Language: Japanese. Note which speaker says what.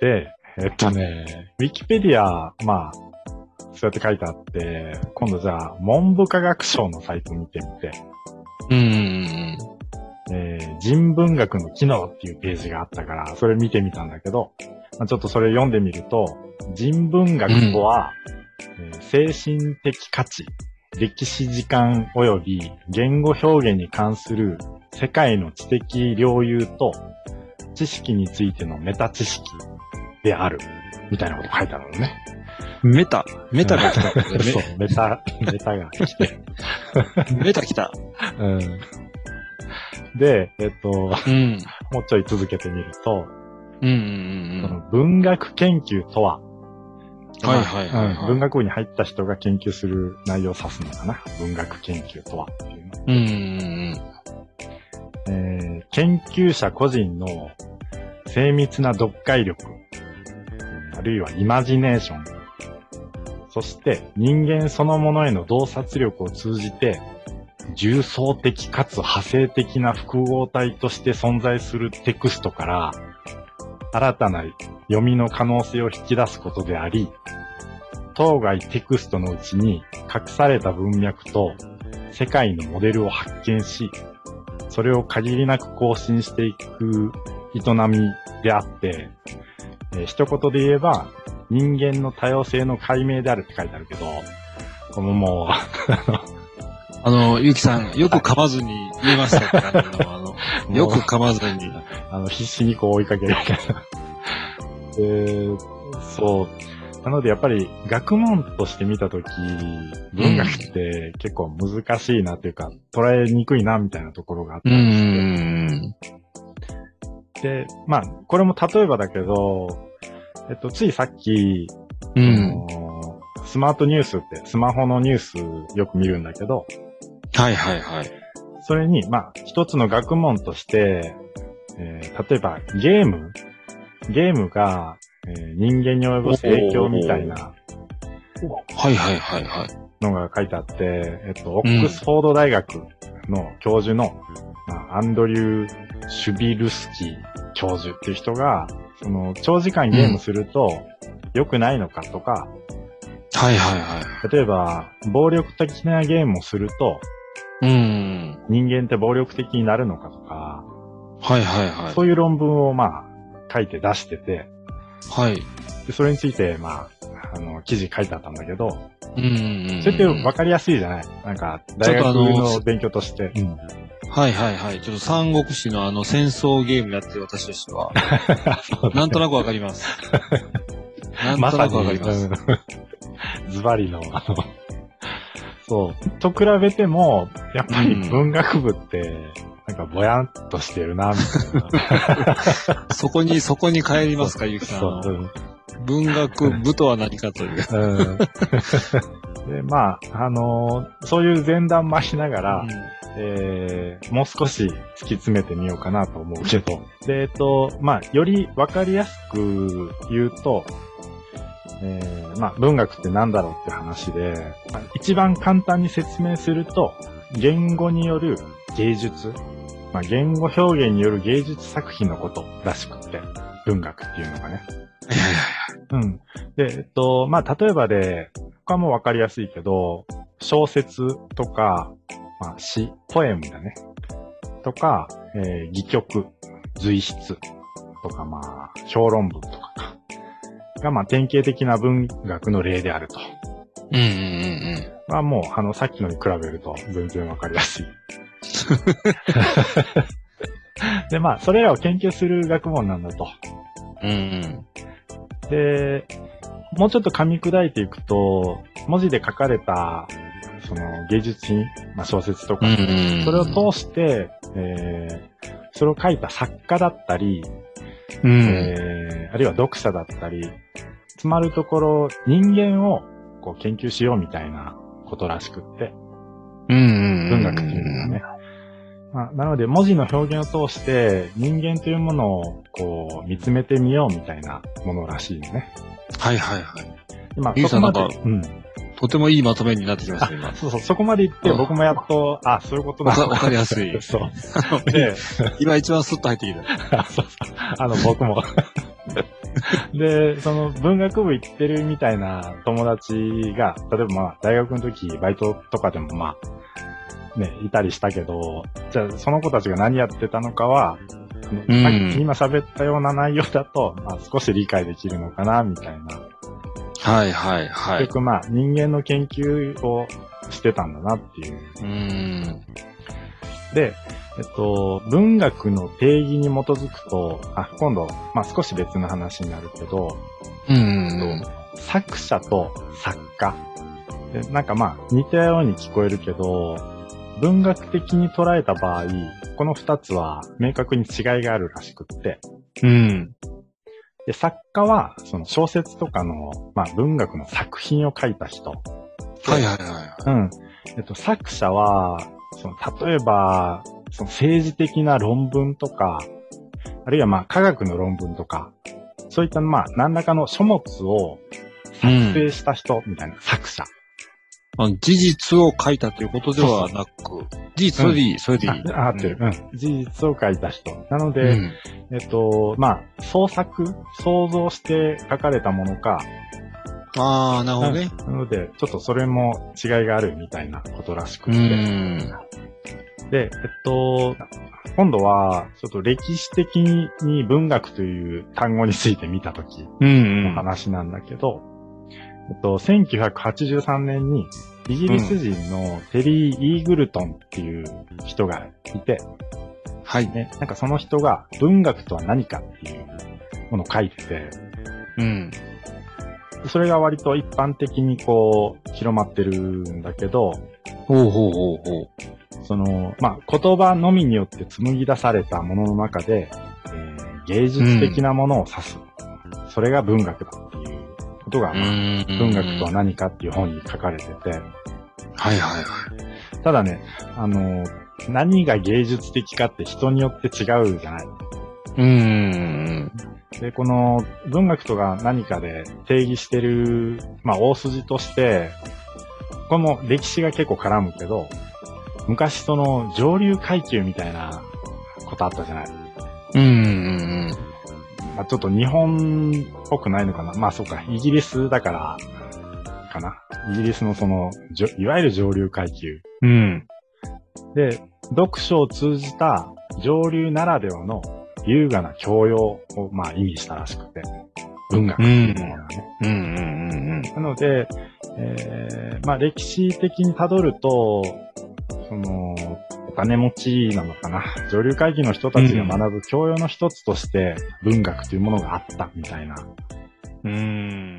Speaker 1: で、えっとね、ウィキペディア、まあ、そうやって書いてあって、今度じゃあ、文部科学省のサイト見てみて、
Speaker 2: うん。
Speaker 1: えー人文学の機能っていうページがあったから、それ見てみたんだけど、まあちょっとそれ読んでみると、人文学とは、えー精神的価値、歴史時間及び言語表現に関する世界の知的領有と知識についてのメタ知識である、みたいなこと書いてあるのね。
Speaker 2: メタ。メタが来た。
Speaker 1: そう、メタ、メタが来 て。
Speaker 2: メメタ来た。
Speaker 1: うん。で、えっと、も
Speaker 2: うん。
Speaker 1: うちょい続けてみると、
Speaker 2: うんうん
Speaker 1: その文学研究とは、
Speaker 2: うん。はいはいはい
Speaker 1: うん
Speaker 2: はい。
Speaker 1: 文学部に入った人が研究する内容を指すのかな。文学研究とはっていうの。
Speaker 2: うんうん
Speaker 1: えー研究者個人の精密な読解力、あるいはイマジネーション、そして人間そのものへの洞察力を通じて、重層的かつ派生的な複合体として存在するテクストから、新たな読みの可能性を引き出すことであり、当該テクストのうちに隠された文脈と世界のモデルを発見し、それを限りなく更新していく営みであって、えー一言で言えば、人間の多様性の解明であるって書いてあるけど、このも
Speaker 2: うん。あの、ゆうきさん、よく噛まずに言えましたって感じの、 あの、
Speaker 1: う、
Speaker 2: よ
Speaker 1: も
Speaker 2: く
Speaker 1: う
Speaker 2: 噛まずに。
Speaker 1: あの必死にこう追いかけるみたいな。 えーそう。なのでやっぱり学問として見たとき、文学って結構難しいなというか、捉えにくいなみたいなところがあった
Speaker 2: うん
Speaker 1: り
Speaker 2: う
Speaker 1: して、
Speaker 2: ん
Speaker 1: で、まあ、これも例えばだけど、えっと、ついさっき、
Speaker 2: うん。う
Speaker 1: あ
Speaker 2: ん。
Speaker 1: のースマートニュースって、スマホのニュースよく見るんだけど、
Speaker 2: はいはいはい。
Speaker 1: それに、まあ、一つの学問として、えー例えばゲームゲームが、えー人間に及ぼす影響みたいな
Speaker 2: はいはいはいはい。
Speaker 1: のが書いてあって、えっと、オ
Speaker 2: うん
Speaker 1: ックスフォード大学の教授の、まあアンドリュー・シュビルスキー教授っていう人が、その、長時間ゲームすると良くないのかとか、
Speaker 2: はいはいはい。
Speaker 1: 例えば、暴力的なゲームをすると、
Speaker 2: うん。
Speaker 1: 人間って暴力的になるのかとか、
Speaker 2: はいはいはい。
Speaker 1: そういう論文をまあ、書いて出してて、
Speaker 2: はい。
Speaker 1: で、それについて、まあ、あの、記事書いてあったんだけど、
Speaker 2: うんうんうん。
Speaker 1: それって分かりやすいじゃないなんか、大
Speaker 2: ちょっ
Speaker 1: 学
Speaker 2: とあの
Speaker 1: の勉強として。うん。
Speaker 2: はいはいはい。ちょっと三国志のあの戦争ゲームやってる私として は、なんとなくわかり ます。なん
Speaker 1: ま
Speaker 2: と
Speaker 1: さ
Speaker 2: な
Speaker 1: に
Speaker 2: くわかります。
Speaker 1: うん ズバリの、あの、そう。と比べても、やっぱり
Speaker 2: うん
Speaker 1: 文学部って、なんかぼやんとしてるな、みたい な。
Speaker 2: そこ に、そこに帰りますか、ゆうきさん。
Speaker 1: そう。うん
Speaker 2: 文学部とは何かという。
Speaker 1: うん。で、まあ、あのーそういう前段もありながら、えーもう少し突き詰めてみようかなと思うけど。で、えっと、まあ、よりわかりやすく言うと、えーまあ、文学って何だろうって話で、まあ一番簡単に説明すると、言語による芸術、まあ、言語表現による芸術作品のことらしくって、文学っていうのがね。うん。で、えっと、まあ、例えばで、他もわかりやすいけど、小説とか、まあ、詩、ポエムだね。とか、えー、戯曲、随筆とか、まあ、評論文とかかが、まあ、典型的な文学の例であると。
Speaker 2: うんうんうんうん。
Speaker 1: まあ、もう、あの、さっきのに比べると全然わかりやすい。で、まあ、それらを研究する学問なんだと。
Speaker 2: うん
Speaker 1: で、もうちょっと噛み砕いていくと、文字で書かれた、その芸術品、まあ、小説とか、
Speaker 2: うんうんうん
Speaker 1: それを通して、えーそれを書いた作家だったり、
Speaker 2: うん。うん。
Speaker 1: えーあるいは読者だったり、つまるところ人間をこう研究しようみたいなことらしくって、
Speaker 2: うん。
Speaker 1: 文学っていうのはね。まあ、なので文字の表現を通して人間というものをこう見つめてみようみたいなものらしいのね。
Speaker 2: はいはいはい。
Speaker 1: 今、
Speaker 2: ゆうさ
Speaker 1: そこま
Speaker 2: ん
Speaker 1: で
Speaker 2: なんか、
Speaker 1: うん。
Speaker 2: とてもいいまとめになってきました、今。
Speaker 1: そうそう、そこまで行って、
Speaker 2: うん
Speaker 1: 僕もやっと、あ、そういうこと
Speaker 2: わ
Speaker 1: な
Speaker 2: か
Speaker 1: ん
Speaker 2: わ
Speaker 1: だ。。
Speaker 2: かりやすい
Speaker 1: そう。で、
Speaker 2: 今一番スッと入ってきた。
Speaker 1: あそうそうあの、僕も。 で、その文学部行ってるみたいな友達が、例えばまあ大学の時バイトとかでもまあ、ね、いたりしたけど、じゃあその子たちが何やってたのかは、ね
Speaker 2: うん
Speaker 1: さっき今喋ったような内容だと、まあ少し理解できるのかな、みたいな。
Speaker 2: はいはいは
Speaker 1: 結
Speaker 2: い。
Speaker 1: 局まあ人間の研究をしてたんだなっていう。
Speaker 2: うん。
Speaker 1: で、えっと、文学の定義に基づくと、あ、今度、まあ少し別の話になるけど、
Speaker 2: うん。
Speaker 1: 作者と作家。でなんかまあ似たように聞こえるけど、文学的に捉えた場合、この二つは明確に違いがあるらしくって、
Speaker 2: うん。
Speaker 1: で作家はその小説とかの、まあ、文学の作品を書いた人。
Speaker 2: はいはいは
Speaker 1: うん。えっと、作者は、その例えば、その政治的な論文とか、あるいはまあ科学の論文とか、そういったまあ何らかの書物を
Speaker 2: い。う
Speaker 1: 作
Speaker 2: ん。
Speaker 1: 成した人みたいな、作者。
Speaker 2: あの事実を書いたということではなく、事実それでいい、それでいい。
Speaker 1: あ、合ってる。うん。事実を書いた人。なので、
Speaker 2: うん。
Speaker 1: えっと、まあ、創作、想像して書かれたものか、
Speaker 2: ああ、なるほどね。
Speaker 1: なので、ちょっとそれも違いがあるみたいなことらしく
Speaker 2: う
Speaker 1: て。
Speaker 2: ん。
Speaker 1: で、えっと、今度は、ちょっと歴史的に文学という単語について見たとき
Speaker 2: うん。う
Speaker 1: の
Speaker 2: ん。
Speaker 1: 話なんだけど、えっと、1983年にイギリス人のテリー・イーグルトンっていう人がいて、
Speaker 2: はい。
Speaker 1: ね、なんかその人が文学とは何かっていうものを書いてて、
Speaker 2: うん。
Speaker 1: それが割と一般的にこう広まってるんだけど、
Speaker 2: ほうほうほうほう。
Speaker 1: その、まあ、言葉のみによって紡ぎ出されたものの中で、えー芸術的なものを指す、それが文学だっていうことが、まあ文
Speaker 2: 文
Speaker 1: 学とは
Speaker 2: ね。
Speaker 1: 何かっていう本に書かれてて、
Speaker 2: はいはいは
Speaker 1: ただね、あの、何が芸術的かって人によって違うじゃない。
Speaker 2: い。うん。
Speaker 1: で、この文学とが何かで定義してる、まあ大筋として、これも歴史が結構絡むけど、昔その上流階級みたいなことあったじゃない。
Speaker 2: うん。
Speaker 1: まあ、ちょっと日本っぽくないのかな。まあそうか、イギリスだから、かな。イギリスのその、じょいわゆる上流階級。
Speaker 2: うん。
Speaker 1: で、読書を通じた上流ならではの優雅な教養をまあ意味したらしくて、文学っていうものがね。
Speaker 2: うん。うん。
Speaker 1: なので、えーまあ歴史的にたどると、その、お金持ちなのかな。上流階級の人たちが学ぶ教養の一つとして、文学というものがあったみたいな
Speaker 2: うん。うん。